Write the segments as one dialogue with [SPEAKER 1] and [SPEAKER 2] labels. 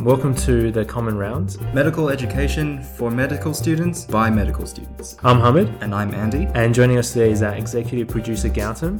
[SPEAKER 1] Welcome to the Common Round.
[SPEAKER 2] Medical education for medical students by medical students.
[SPEAKER 1] I'm Hamid,
[SPEAKER 2] And I'm Andy.
[SPEAKER 1] and joining us today is our executive producer Gautam.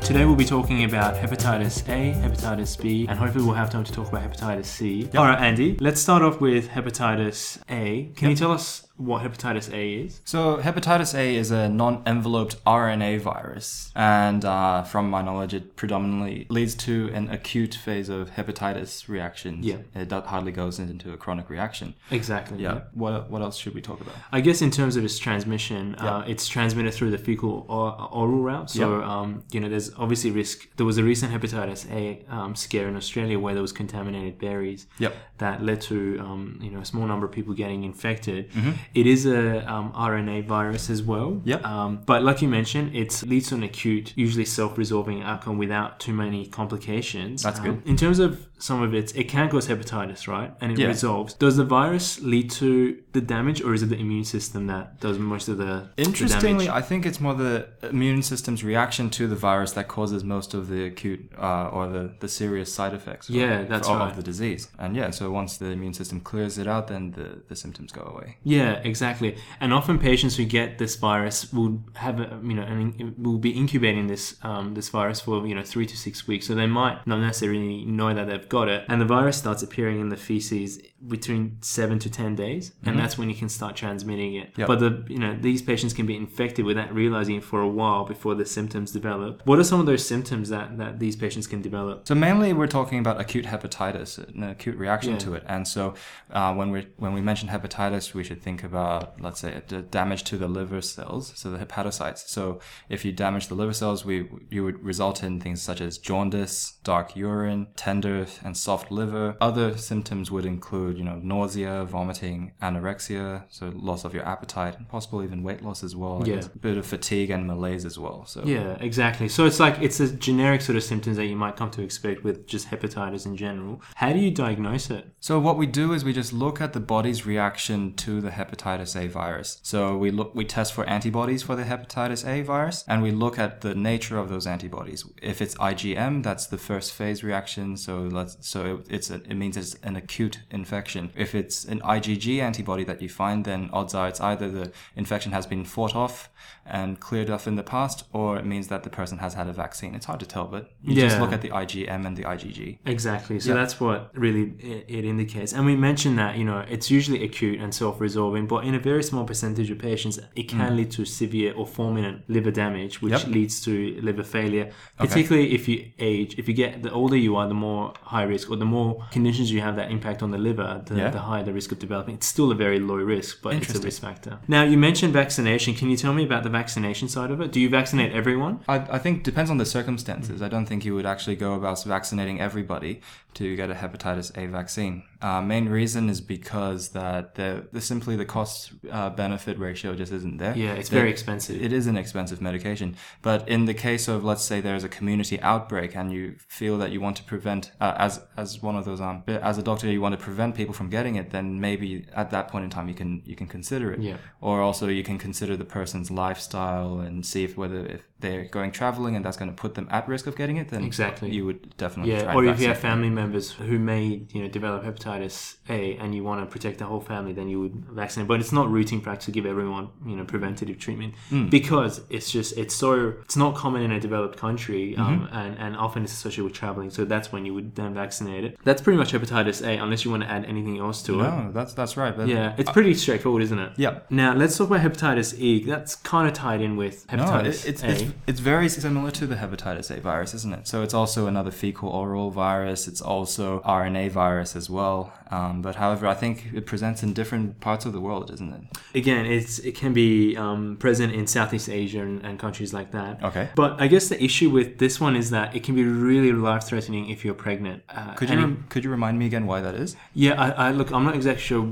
[SPEAKER 1] Today we'll be talking about hepatitis A, hepatitis B, and hopefully we'll have time to talk about hepatitis C. All right, Andy, let's start off with hepatitis A. Can you tell us what hepatitis A is?
[SPEAKER 2] So, hepatitis A is a non enveloped RNA virus, and uh, from my knowledge, it predominantly leads to an acute phase of hepatitis reactions.
[SPEAKER 1] Yeah.
[SPEAKER 2] It do- hardly goes into a chronic reaction.
[SPEAKER 1] Exactly.
[SPEAKER 2] Yeah. What, what else should we talk about?
[SPEAKER 1] I guess in terms of its transmission, uh, it's transmitted through the fecal or, oral route. So, um, you know, there's obviously risk. There was a recent hepatitis A um, scare in Australia where there was contaminated berries
[SPEAKER 2] Yep.
[SPEAKER 1] that led to, um, you know, a small number of people getting infected. It is a um, RNA virus as well.
[SPEAKER 2] Mm-hmm. Yep.
[SPEAKER 1] Um, but like you mentioned, it leads to an acute, usually self-resolving outcome without too many complications.
[SPEAKER 2] That's
[SPEAKER 1] Um,
[SPEAKER 2] good.
[SPEAKER 1] In terms of some of its, it can cause hepatitis, right? And it
[SPEAKER 2] Yeah.
[SPEAKER 1] resolves. Does the virus lead to the damage, or is it the immune system that does most of the the
[SPEAKER 2] Interestingly,
[SPEAKER 1] damage?
[SPEAKER 2] I think it's more the immune system's reaction to the virus that causes most of the acute uh, or the, the serious side effects. of-
[SPEAKER 1] Yeah, that's
[SPEAKER 2] of,
[SPEAKER 1] right.
[SPEAKER 2] of the disease. And yeah, so once the immune system clears it out, then the, the symptoms go away.
[SPEAKER 1] Yeah, exactly. And often patients who get this virus will have, a, you know, an, will be incubating this um, this virus for you know three to six weeks, so they might not necessarily know that they've got it. And the virus starts appearing in the feces between seven to ten days, and that's when you can start transmitting it.
[SPEAKER 2] Yep.
[SPEAKER 1] But the you know these patients can be infected without realizing it for a while before the symptoms develop. What are some of those symptoms that that these patients can develop?
[SPEAKER 2] So mainly, we're talking about acute hepatitis, an acute reaction
[SPEAKER 1] Yeah.
[SPEAKER 2] to it. And so, uh, when we when we mention hepatitis, we should think about let's say the damage to the liver cells, so the hepatocytes. So if you damage the liver cells, we you would result in things such as jaundice, dark urine, tender and soft liver. Other symptoms would include you know nausea, vomiting, anorexia, so loss of your appetite, and possibly even weight loss as well. and
[SPEAKER 1] Yeah.
[SPEAKER 2] a bit of fatigue and malaise as well. So
[SPEAKER 1] Yeah, exactly. So it's like it's a generic sort of symptoms that you might come to expect with just hepatitis in general. How do you diagnose it?
[SPEAKER 2] So what we do is we just look at the body's reaction to the hepatitis A virus. So we look we test for antibodies for the hepatitis A virus and we look at the nature of those antibodies. If it's IgM, that's the first phase reaction, so let's so it's a, it means it's an acute infection. If it's an IgG antibody that you find, then odds are it's either the infection has been fought off and cleared off in the past or it means that the person has had a vaccine. It's hard to tell, but you just
[SPEAKER 1] Yeah.
[SPEAKER 2] look at the IgM and the IgG.
[SPEAKER 1] Exactly. So
[SPEAKER 2] Yeah.
[SPEAKER 1] that's what really i- it indicates. And we mentioned that, you know, it's usually acute and self resolving, but in a very small percentage of patients, it can lead to severe or fulminant liver damage, which
[SPEAKER 2] Hmm. Yep.
[SPEAKER 1] leads to liver failure, particularly if you age. If you get the older you are, the more high risk, or the more conditions you have that impact on the liver, the,
[SPEAKER 2] Yeah.
[SPEAKER 1] the higher the risk of developing. It's still a very low risk, but it's a
[SPEAKER 2] Interesting.
[SPEAKER 1] risk factor. Now, you mentioned vaccination. Can you tell me about the vaccination side of it? Do you vaccinate everyone?
[SPEAKER 2] I, I think depends on the
[SPEAKER 1] Mm.
[SPEAKER 2] circumstances. I don't think you would actually go about vaccinating everybody to get a hepatitis A vaccine. Uh, main reason is because that the, the simply the cost uh, benefit ratio just isn't there.
[SPEAKER 1] Yeah, it's
[SPEAKER 2] There-
[SPEAKER 1] very expensive.
[SPEAKER 2] It is an expensive medication, but in the case of let's say there's a community outbreak and you feel that you want to prevent uh, as as one of those um as a doctor you want to prevent people from getting it, then maybe at that point in time you can you can consider it
[SPEAKER 1] Yeah.
[SPEAKER 2] or also you can consider the person's lifestyle and see if whether if they're going traveling and that's going to put them at risk of getting it then
[SPEAKER 1] Exactly.
[SPEAKER 2] you would definitely
[SPEAKER 1] Yeah,
[SPEAKER 2] try
[SPEAKER 1] or
[SPEAKER 2] and
[SPEAKER 1] if you have
[SPEAKER 2] vaccinate
[SPEAKER 1] family members who may, you know, develop hepatitis A, and you want to protect the whole family, then you would vaccinate. But it's not routine practice to give everyone, you know, preventative treatment
[SPEAKER 2] Hmm.
[SPEAKER 1] because it's just it's so it's not common in a developed country, um,
[SPEAKER 2] Mm-hmm.
[SPEAKER 1] and and often it's associated with traveling. So that's when you would then vaccinate it. That's pretty much hepatitis A, unless you want to add anything else to it.
[SPEAKER 2] no that's that's right but
[SPEAKER 1] Yeah, it's pretty straightforward, isn't it?
[SPEAKER 2] yeah
[SPEAKER 1] Now let's talk about hepatitis E. That's kind of tied in with
[SPEAKER 2] No,
[SPEAKER 1] hepatitis
[SPEAKER 2] it, it's,
[SPEAKER 1] A.
[SPEAKER 2] it's it's very similar to the hepatitis A virus, isn't it? So it's also another fecal oral virus. It's also RNA virus as well. Um, but however, I think it presents in different parts of the world, isn't it?
[SPEAKER 1] again, it's it can be um, present in Southeast Asia and, and countries like that.
[SPEAKER 2] Okay.
[SPEAKER 1] But I guess the issue with this one is that it can be really life threatening if you're pregnant. Uh,
[SPEAKER 2] Could you
[SPEAKER 1] and it-
[SPEAKER 2] rem- could you remind me again why that is?
[SPEAKER 1] yeah, I, I look. I'm not exactly sure,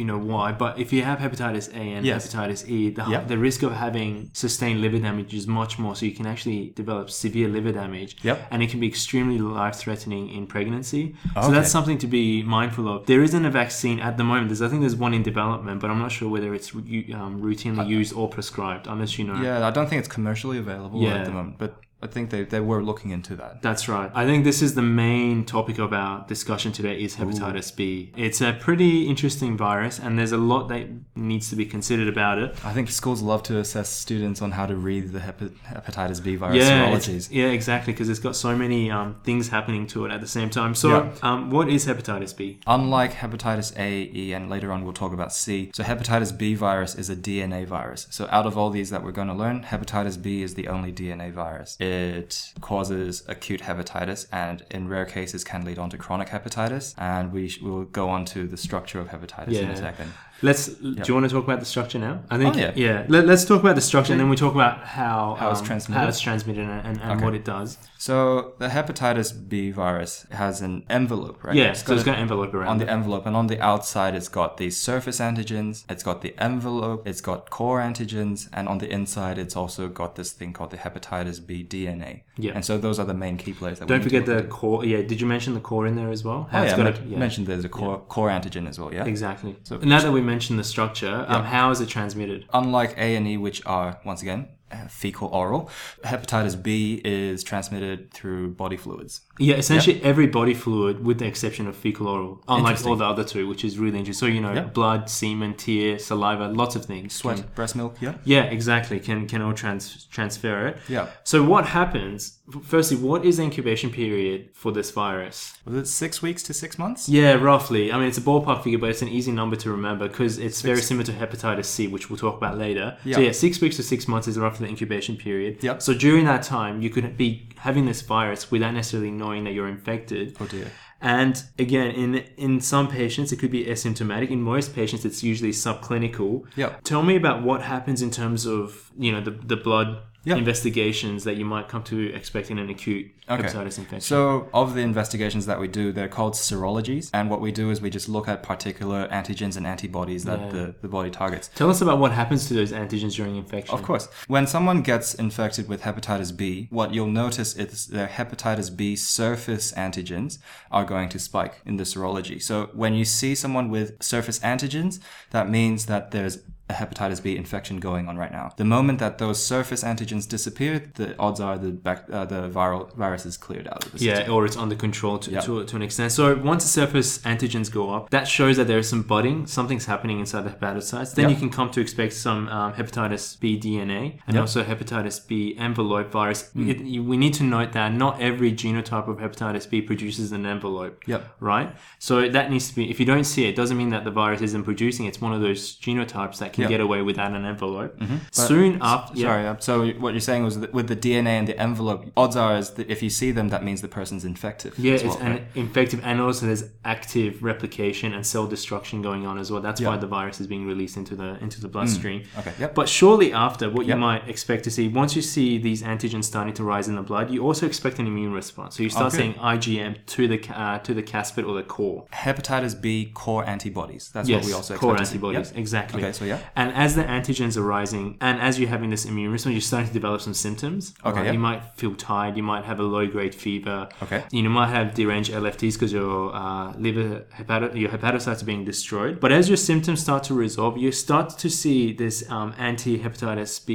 [SPEAKER 1] you know, why, but if you have hepatitis A and
[SPEAKER 2] Yes.
[SPEAKER 1] hepatitis E, the,
[SPEAKER 2] Yep.
[SPEAKER 1] the risk of having sustained liver damage is much more, so you can actually develop severe liver damage.
[SPEAKER 2] Yep.
[SPEAKER 1] And it can be extremely life threatening in pregnancy. So
[SPEAKER 2] Okay.
[SPEAKER 1] that's something to be mindful of. There isn't a vaccine at the moment. There's I think there's one in development, but I'm not sure whether it's ru- um, routinely
[SPEAKER 2] Uh,
[SPEAKER 1] used or prescribed, unless you know.
[SPEAKER 2] Yeah, I don't think it's commercially available
[SPEAKER 1] Uh. Yeah.
[SPEAKER 2] at the moment, but I think they, they were looking into that.
[SPEAKER 1] That's right. I think this is the main topic of our discussion today is hepatitis B. It's a pretty interesting virus and there's a lot that needs to be considered about it.
[SPEAKER 2] I think schools love to assess students on how to read the hepa- hepatitis B virus
[SPEAKER 1] Yeah, it's-
[SPEAKER 2] serologies.
[SPEAKER 1] yeah, exactly, because it's got so many um, things happening to it at the same time. So,
[SPEAKER 2] Yeah.
[SPEAKER 1] um, what is hepatitis B?
[SPEAKER 2] Unlike hepatitis A, E, and later on we'll talk about C, so hepatitis B virus is a DNA virus. So out of all these that we're going to learn, hepatitis B is the only DNA virus. It causes acute hepatitis and in rare cases can lead on to chronic hepatitis. And we sh- will go on to the structure of hepatitis in
[SPEAKER 1] Yeah.
[SPEAKER 2] a second.
[SPEAKER 1] Let's. Do you want to talk about the structure now? I think.
[SPEAKER 2] Oh, yeah.
[SPEAKER 1] Let, us talk about the structure, and then we talk about how um,
[SPEAKER 2] How it's transmitted?
[SPEAKER 1] how it's transmitted, and, and, and what it does.
[SPEAKER 2] So the hepatitis B virus has an envelope, right?
[SPEAKER 1] Yeah.
[SPEAKER 2] It's
[SPEAKER 1] so it's
[SPEAKER 2] got
[SPEAKER 1] going to envelope
[SPEAKER 2] a-
[SPEAKER 1] around.
[SPEAKER 2] on
[SPEAKER 1] it.
[SPEAKER 2] the envelope, and on the outside, it's got the surface antigens, it's got the envelope, it's got core antigens, and on the inside, it's also got this thing called the hepatitis B DNA.
[SPEAKER 1] Yeah.
[SPEAKER 2] And so those are the main key players. That we
[SPEAKER 1] Don't
[SPEAKER 2] need
[SPEAKER 1] forget
[SPEAKER 2] to look
[SPEAKER 1] the core. Yeah. Did you mention the core in there as well? How
[SPEAKER 2] at. Oh,
[SPEAKER 1] it's
[SPEAKER 2] yeah, I
[SPEAKER 1] got
[SPEAKER 2] men-
[SPEAKER 1] a- yeah,
[SPEAKER 2] mentioned there's a core core antigen as well. Yeah.
[SPEAKER 1] Exactly. So now that we mentioned the structure, um, how is it transmitted?
[SPEAKER 2] Unlike A and E, which are once again uh, fecal oral, hepatitis B is transmitted through body fluids.
[SPEAKER 1] Yeah, essentially every body fluid, with the exception of fecal oral, unlike all the other two, which is really interesting. So you know,
[SPEAKER 2] Yeah.
[SPEAKER 1] blood, semen, tear, saliva, lots of things.
[SPEAKER 2] Sweat, breast milk. Yeah.
[SPEAKER 1] Yeah, exactly. Can can all trans- transfer it.
[SPEAKER 2] Yeah.
[SPEAKER 1] So what happens? Firstly, what is the incubation period for this virus?
[SPEAKER 2] Was it six weeks to six months?
[SPEAKER 1] Yeah, roughly. I mean, it's a ballpark figure, but it's an easy number to remember because it's very similar to hepatitis C, which we'll talk about later. So
[SPEAKER 2] Yeah.
[SPEAKER 1] yeah, six weeks to six months is roughly the incubation period.
[SPEAKER 2] Yep.
[SPEAKER 1] So during that time, you could be having this virus without necessarily knowing that you're infected.
[SPEAKER 2] Oh dear.
[SPEAKER 1] And again, in in some patients, it could be asymptomatic. In most patients, it's usually subclinical.
[SPEAKER 2] Yep.
[SPEAKER 1] Tell me about what happens in terms of you know the the blood
[SPEAKER 2] Yep.
[SPEAKER 1] investigations that you might come to expect in an acute
[SPEAKER 2] Okay.
[SPEAKER 1] hepatitis infection.
[SPEAKER 2] So, of the investigations that we do, they're called serologies. And what we do is we just look at particular antigens and antibodies that
[SPEAKER 1] Yeah.
[SPEAKER 2] the, the body targets.
[SPEAKER 1] Tell us about what happens to those antigens during infection.
[SPEAKER 2] Of course, when someone gets infected with hepatitis B, what you'll notice is their hepatitis B surface antigens are going to spike in the serology. So, when you see someone with surface antigens, that means that there's a hepatitis B infection going on right now. The moment that those surface antigens disappear, the odds are the bac- uh, the viral virus is cleared out of the
[SPEAKER 1] Yeah, or it's under control to,
[SPEAKER 2] Yeah.
[SPEAKER 1] to, to an extent. So once the surface antigens go up, that shows that there is some budding, something's happening inside the hepatocytes. Then
[SPEAKER 2] Yeah.
[SPEAKER 1] you can come to expect some um, hepatitis B DNA and
[SPEAKER 2] Yeah. Hmm.
[SPEAKER 1] also hepatitis B envelope virus. It- you- we need to note that not every genotype of hepatitis B produces an envelope.
[SPEAKER 2] Yep.
[SPEAKER 1] Right? So that needs to be, if you don't see it, doesn't mean that the virus isn't producing. It's one of those genotypes that can
[SPEAKER 2] Yeah. Mm-hmm.
[SPEAKER 1] get away without an envelope. Soon after.
[SPEAKER 2] Sorry. uh, So what you're saying was that with the DNA and the envelope, odds are is that if you see them, that means the person's infected.
[SPEAKER 1] Yeah,
[SPEAKER 2] as
[SPEAKER 1] it's
[SPEAKER 2] well,
[SPEAKER 1] an
[SPEAKER 2] right?
[SPEAKER 1] infective, and also there's active replication and cell destruction going on as well. That's why
[SPEAKER 2] Yeah. Hmm.
[SPEAKER 1] the virus is being released into the into the bloodstream.
[SPEAKER 2] okay, yep.
[SPEAKER 1] But shortly after, what
[SPEAKER 2] Yep.
[SPEAKER 1] you might expect to see once you see these antigens starting to rise in the blood, you also expect an immune response. So you start
[SPEAKER 2] Okay.
[SPEAKER 1] seeing IgM to the ca- uh, to the caspid or the core.
[SPEAKER 2] hepatitis B core antibodies. That's
[SPEAKER 1] Yes,
[SPEAKER 2] what we also
[SPEAKER 1] core
[SPEAKER 2] expect to see.
[SPEAKER 1] antibodies
[SPEAKER 2] Yep.
[SPEAKER 1] exactly.
[SPEAKER 2] Okay, so yeah.
[SPEAKER 1] And as the antigens are rising, and as you're having this immune response, you're starting to develop some symptoms.
[SPEAKER 2] Okay,
[SPEAKER 1] right?
[SPEAKER 2] yeah.
[SPEAKER 1] You might feel tired. You might have a low grade fever.
[SPEAKER 2] Okay.
[SPEAKER 1] You know, might have deranged LFTs because your uh, liver, hepato- your hepatocytes are being destroyed. But as your symptoms start to resolve, you start to see this um, anti hepatitis B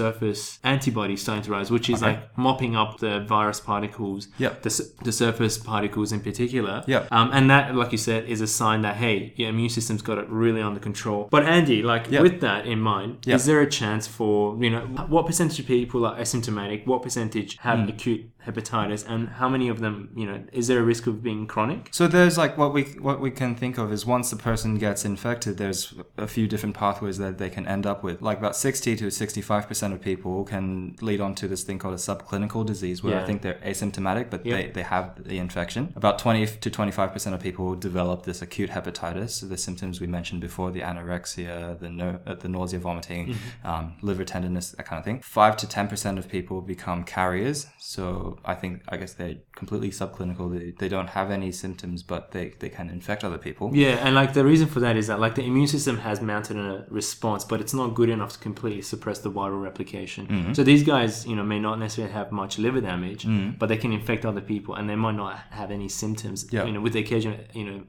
[SPEAKER 1] surface antibody starting to rise, which is
[SPEAKER 2] Okay.
[SPEAKER 1] like mopping up the virus particles,
[SPEAKER 2] Yeah.
[SPEAKER 1] the, s- the surface particles in particular.
[SPEAKER 2] Yeah.
[SPEAKER 1] Um, and that, like you said, is a sign that, hey, your immune system's got it really under control. But Andy, like
[SPEAKER 2] Yeah.
[SPEAKER 1] with that in mind,
[SPEAKER 2] Yeah.
[SPEAKER 1] is there a chance for, you know, what percentage of people are asymptomatic? What percentage have
[SPEAKER 2] Hmm.
[SPEAKER 1] acute hepatitis? And how many of them, you know, is there a risk of being chronic?
[SPEAKER 2] So there's like what we what we can think of is once the person gets infected, there's a few different pathways that they can end up with. Like about 60 to 65 percent of people can lead on to this thing called a subclinical disease, where I
[SPEAKER 1] Yeah.
[SPEAKER 2] think they're asymptomatic, but
[SPEAKER 1] Yep.
[SPEAKER 2] they, they have the infection. About 20 to 25 percent of people develop this acute hepatitis, so the symptoms we mentioned before, the anorexia, the know, uh, the nausea, vomiting, um, liver tenderness, that kind of thing. Five to ten percent of people become carriers. So I think I guess they're completely subclinical. They, they don't have any symptoms, but they, they can infect other people.
[SPEAKER 1] Yeah, and like the reason for that is that like the immune system has mounted a response, but it's not good enough to completely suppress the viral replication. So these guys, you know, may not necessarily have much liver damage, but they can infect other people, and they might not have any symptoms.
[SPEAKER 2] Yeah.
[SPEAKER 1] You know, with the occasion, you know,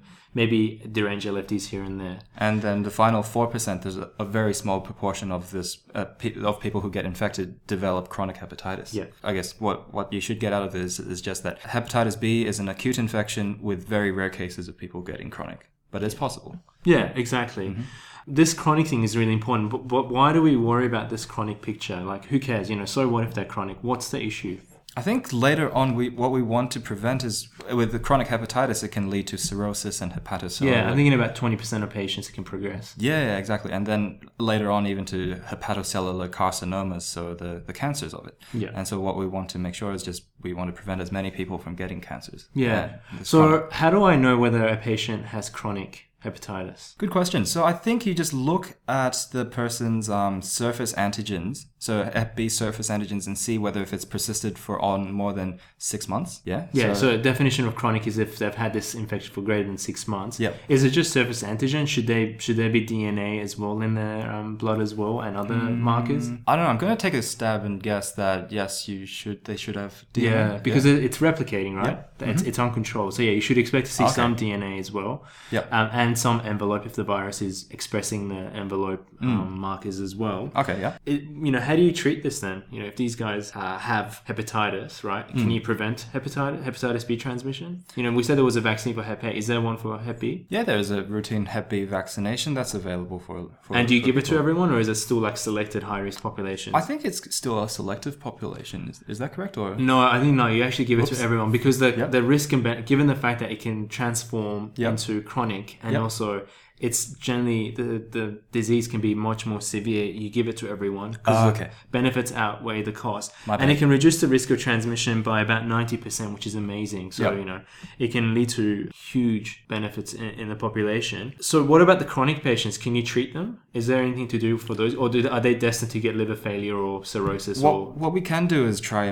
[SPEAKER 1] maybe derangia lefties here and there.
[SPEAKER 2] And then the final four percent, there's a, a very small proportion of this uh, pe- of people who get infected develop chronic hepatitis.
[SPEAKER 1] Yeah.
[SPEAKER 2] I guess what what you should get out of this is just that hepatitis B is an acute infection with very rare cases of people getting chronic, but it's possible.
[SPEAKER 1] Yeah, exactly. This chronic thing is really important, but, but why do we worry about this chronic picture? Like, who cares? You know, so what if they're chronic? What's the issue?
[SPEAKER 2] I think later on, we what we want to prevent is with the chronic hepatitis, it can lead to cirrhosis and hepatocellular.
[SPEAKER 1] Yeah, I'm thinking about 20% of patients can progress.
[SPEAKER 2] Yeah, yeah, exactly. And then later on, even to hepatocellular carcinomas, so the, the cancers of it.
[SPEAKER 1] Yeah.
[SPEAKER 2] And so what we want to make sure is just we want to prevent as many people from getting cancers.
[SPEAKER 1] Yeah.
[SPEAKER 2] it's
[SPEAKER 1] so,
[SPEAKER 2] chronic.
[SPEAKER 1] how do I know whether a patient has chronic hepatitis?
[SPEAKER 2] Good question. So I think you just look at the person's um, surface antigens, so Hep B surface antigens, and see whether if it's persisted for on more than six months. Yeah.
[SPEAKER 1] Yeah, so, definition of chronic is if they've had this infection for greater than six months.
[SPEAKER 2] Yep.
[SPEAKER 1] Is it just surface antigen? Should they should there be DNA as well in their um, blood as well and other markers?
[SPEAKER 2] I don't know. I'm gonna take a stab and guess that yes, you should. They should have DNA.
[SPEAKER 1] Yeah, because it it's replicating, right? It's, it's uncontrolled. So yeah, you should expect to see
[SPEAKER 2] Okay.
[SPEAKER 1] some DNA as well,
[SPEAKER 2] Yep.
[SPEAKER 1] um, and some envelope if the virus is expressing the envelope um, markers as well.
[SPEAKER 2] okay. Yeah.
[SPEAKER 1] It, you know, how do you treat this then? You know, if these guys uh, have hepatitis, right? Can you prevent hepatitis hepatitis B transmission? You know, we said there was a vaccine for Hep A. Is there one for Hep B?
[SPEAKER 2] Yeah, there is a routine Hep B vaccination that's available for. for
[SPEAKER 1] And do you
[SPEAKER 2] for
[SPEAKER 1] give it to
[SPEAKER 2] people.
[SPEAKER 1] everyone, or is it still like selected high risk populations?
[SPEAKER 2] I think it's still a selective population. Is, is that correct? Or
[SPEAKER 1] No, I think no. You actually give it to everyone because the
[SPEAKER 2] Yep.
[SPEAKER 1] the risk and ben- given the fact that it can transform
[SPEAKER 2] Yep.
[SPEAKER 1] into chronic and
[SPEAKER 2] Yep.
[SPEAKER 1] also it's generally the the disease can be much more severe. You give it to everyone
[SPEAKER 2] Ah,
[SPEAKER 1] the
[SPEAKER 2] okay.
[SPEAKER 1] benefits outweigh the cost,
[SPEAKER 2] My
[SPEAKER 1] and it can reduce the risk of transmission by about ninety percent, which is amazing. So
[SPEAKER 2] Yep.
[SPEAKER 1] you know it can lead to huge benefits in, in the population. So what about the chronic patients? Can you treat them? Is there anything to do for those, or do, are they destined to get liver failure or cirrhosis? or
[SPEAKER 2] what, what we can do is try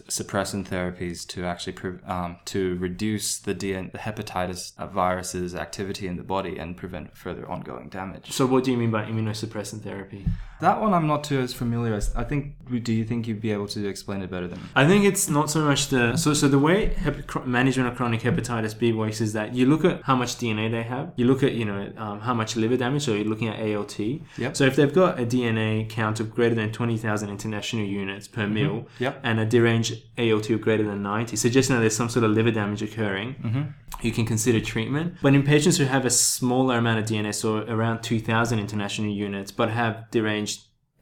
[SPEAKER 2] immunosuppressant therapies to actually pre- um, to reduce the, DN- the hepatitis uh, virus's activity in the body and prevent further ongoing damage.
[SPEAKER 1] so what do you mean by immunosuppressant therapy?
[SPEAKER 2] That one I'm not too as familiar as. I think. Do you think you'd be able to explain it better than me?
[SPEAKER 1] I think it's not so much the so so the way hep, chr- management of chronic hepatitis B works is that you look at how much DNA they have, you look at you know um, how much liver damage, so you're looking at ALT.
[SPEAKER 2] Yep.
[SPEAKER 1] So if they've got a DNA count of greater than twenty thousand international units per mil,
[SPEAKER 2] Mm-hmm. Yep.
[SPEAKER 1] and a deranged ALT of greater than ninety, suggesting that there's some sort of liver damage occurring,
[SPEAKER 2] Mm-hmm.
[SPEAKER 1] you can consider treatment. But in patients who have a smaller amount of DNA, so around two thousand international units, but have deranged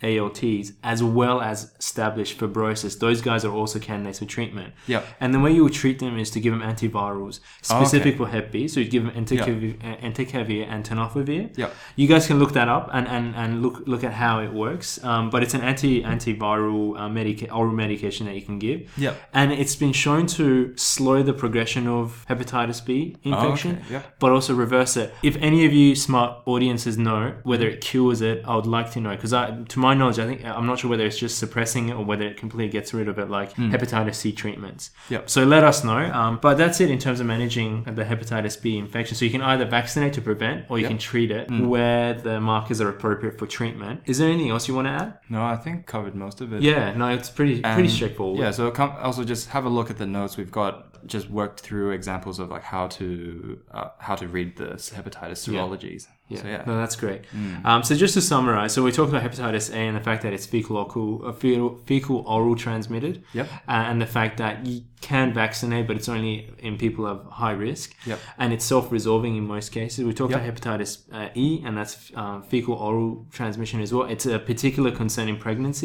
[SPEAKER 1] ALTs as well as established fibrosis. Those guys are also candidates for treatment.
[SPEAKER 2] Yep.
[SPEAKER 1] And the way you would treat them is to give them antivirals specific
[SPEAKER 2] Okay.
[SPEAKER 1] for Hep B. So you'd give them entecavir, uh, entecavir and tenofovir.
[SPEAKER 2] Yep.
[SPEAKER 1] You guys can look that up and, and, and look look at how it works. Um, but it's an anti antiviral uh, medica- oral medication that you can give.
[SPEAKER 2] Yep.
[SPEAKER 1] And it's been shown to slow the progression of hepatitis B infection
[SPEAKER 2] Oh, okay, yeah.
[SPEAKER 1] but also reverse it. If any of you smart audiences know whether it cures it, I would like to know because I, to my knowledge, I think I'm not sure whether it's just suppressing it or whether it completely gets rid of it, like hepatitis C treatments.
[SPEAKER 2] Hmm. Yep.
[SPEAKER 1] So let us know. Um, but that's it in terms of managing the hepatitis B infection. So you can either vaccinate to prevent or you can treat it
[SPEAKER 2] Hmm.
[SPEAKER 1] where the markers are appropriate for treatment. Is there anything else you want to add?
[SPEAKER 2] No, I think covered most of it.
[SPEAKER 1] Yeah, no, it's pretty pretty
[SPEAKER 2] And,
[SPEAKER 1] straightforward.
[SPEAKER 2] Yeah, so come, also just have a look at the notes. We've got just worked through examples of like how to uh, how to read the hepatitis serologies.
[SPEAKER 1] Yeah.
[SPEAKER 2] So, yeah. Mm.
[SPEAKER 1] No, that's great. Um, so just to summarize, so we talked about hepatitis A and the fact that it's fecal oral, uh, fecal, fecal oral transmitted.
[SPEAKER 2] Yep.
[SPEAKER 1] Uh, and the fact that you can vaccinate, but it's only in people of high risk.
[SPEAKER 2] Yep.
[SPEAKER 1] And it's self-resolving in most cases. We talked
[SPEAKER 2] Yep.
[SPEAKER 1] about hepatitis uh, E, and that's um, fecal oral transmission as well. It's a particular concern in pregnancy,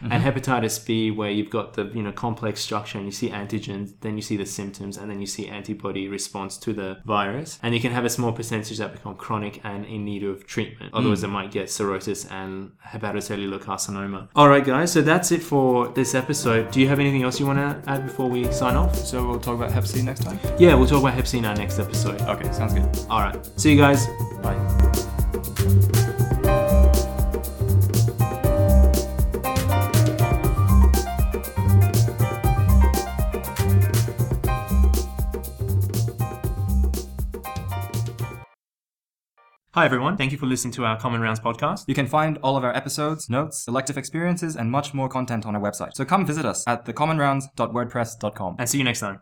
[SPEAKER 2] Mm-hmm.
[SPEAKER 1] and hepatitis B, where you've got the you know complex structure, and you see antigens, then you see the symptoms, and then you see antibody response to the virus, and you can have a small percentage that become chronic and in need of treatment. Otherwise, they might get cirrhosis and hepatocellular carcinoma. All right, guys. So that's it for this episode. Do you have anything else you want to add before we sign off?
[SPEAKER 2] So we'll talk about Hep C next time.
[SPEAKER 1] Yeah, we'll talk about Hep C in our next episode.
[SPEAKER 2] Okay, sounds good.
[SPEAKER 1] All right. See you guys.
[SPEAKER 2] Bye.
[SPEAKER 1] Hi, everyone. Thank you for listening to our Common Rounds podcast.
[SPEAKER 2] You can find all of our episodes, notes, elective experiences, and much more content on our website. So come visit us at thecommonrounds.wordpress.com.
[SPEAKER 1] And see you next time.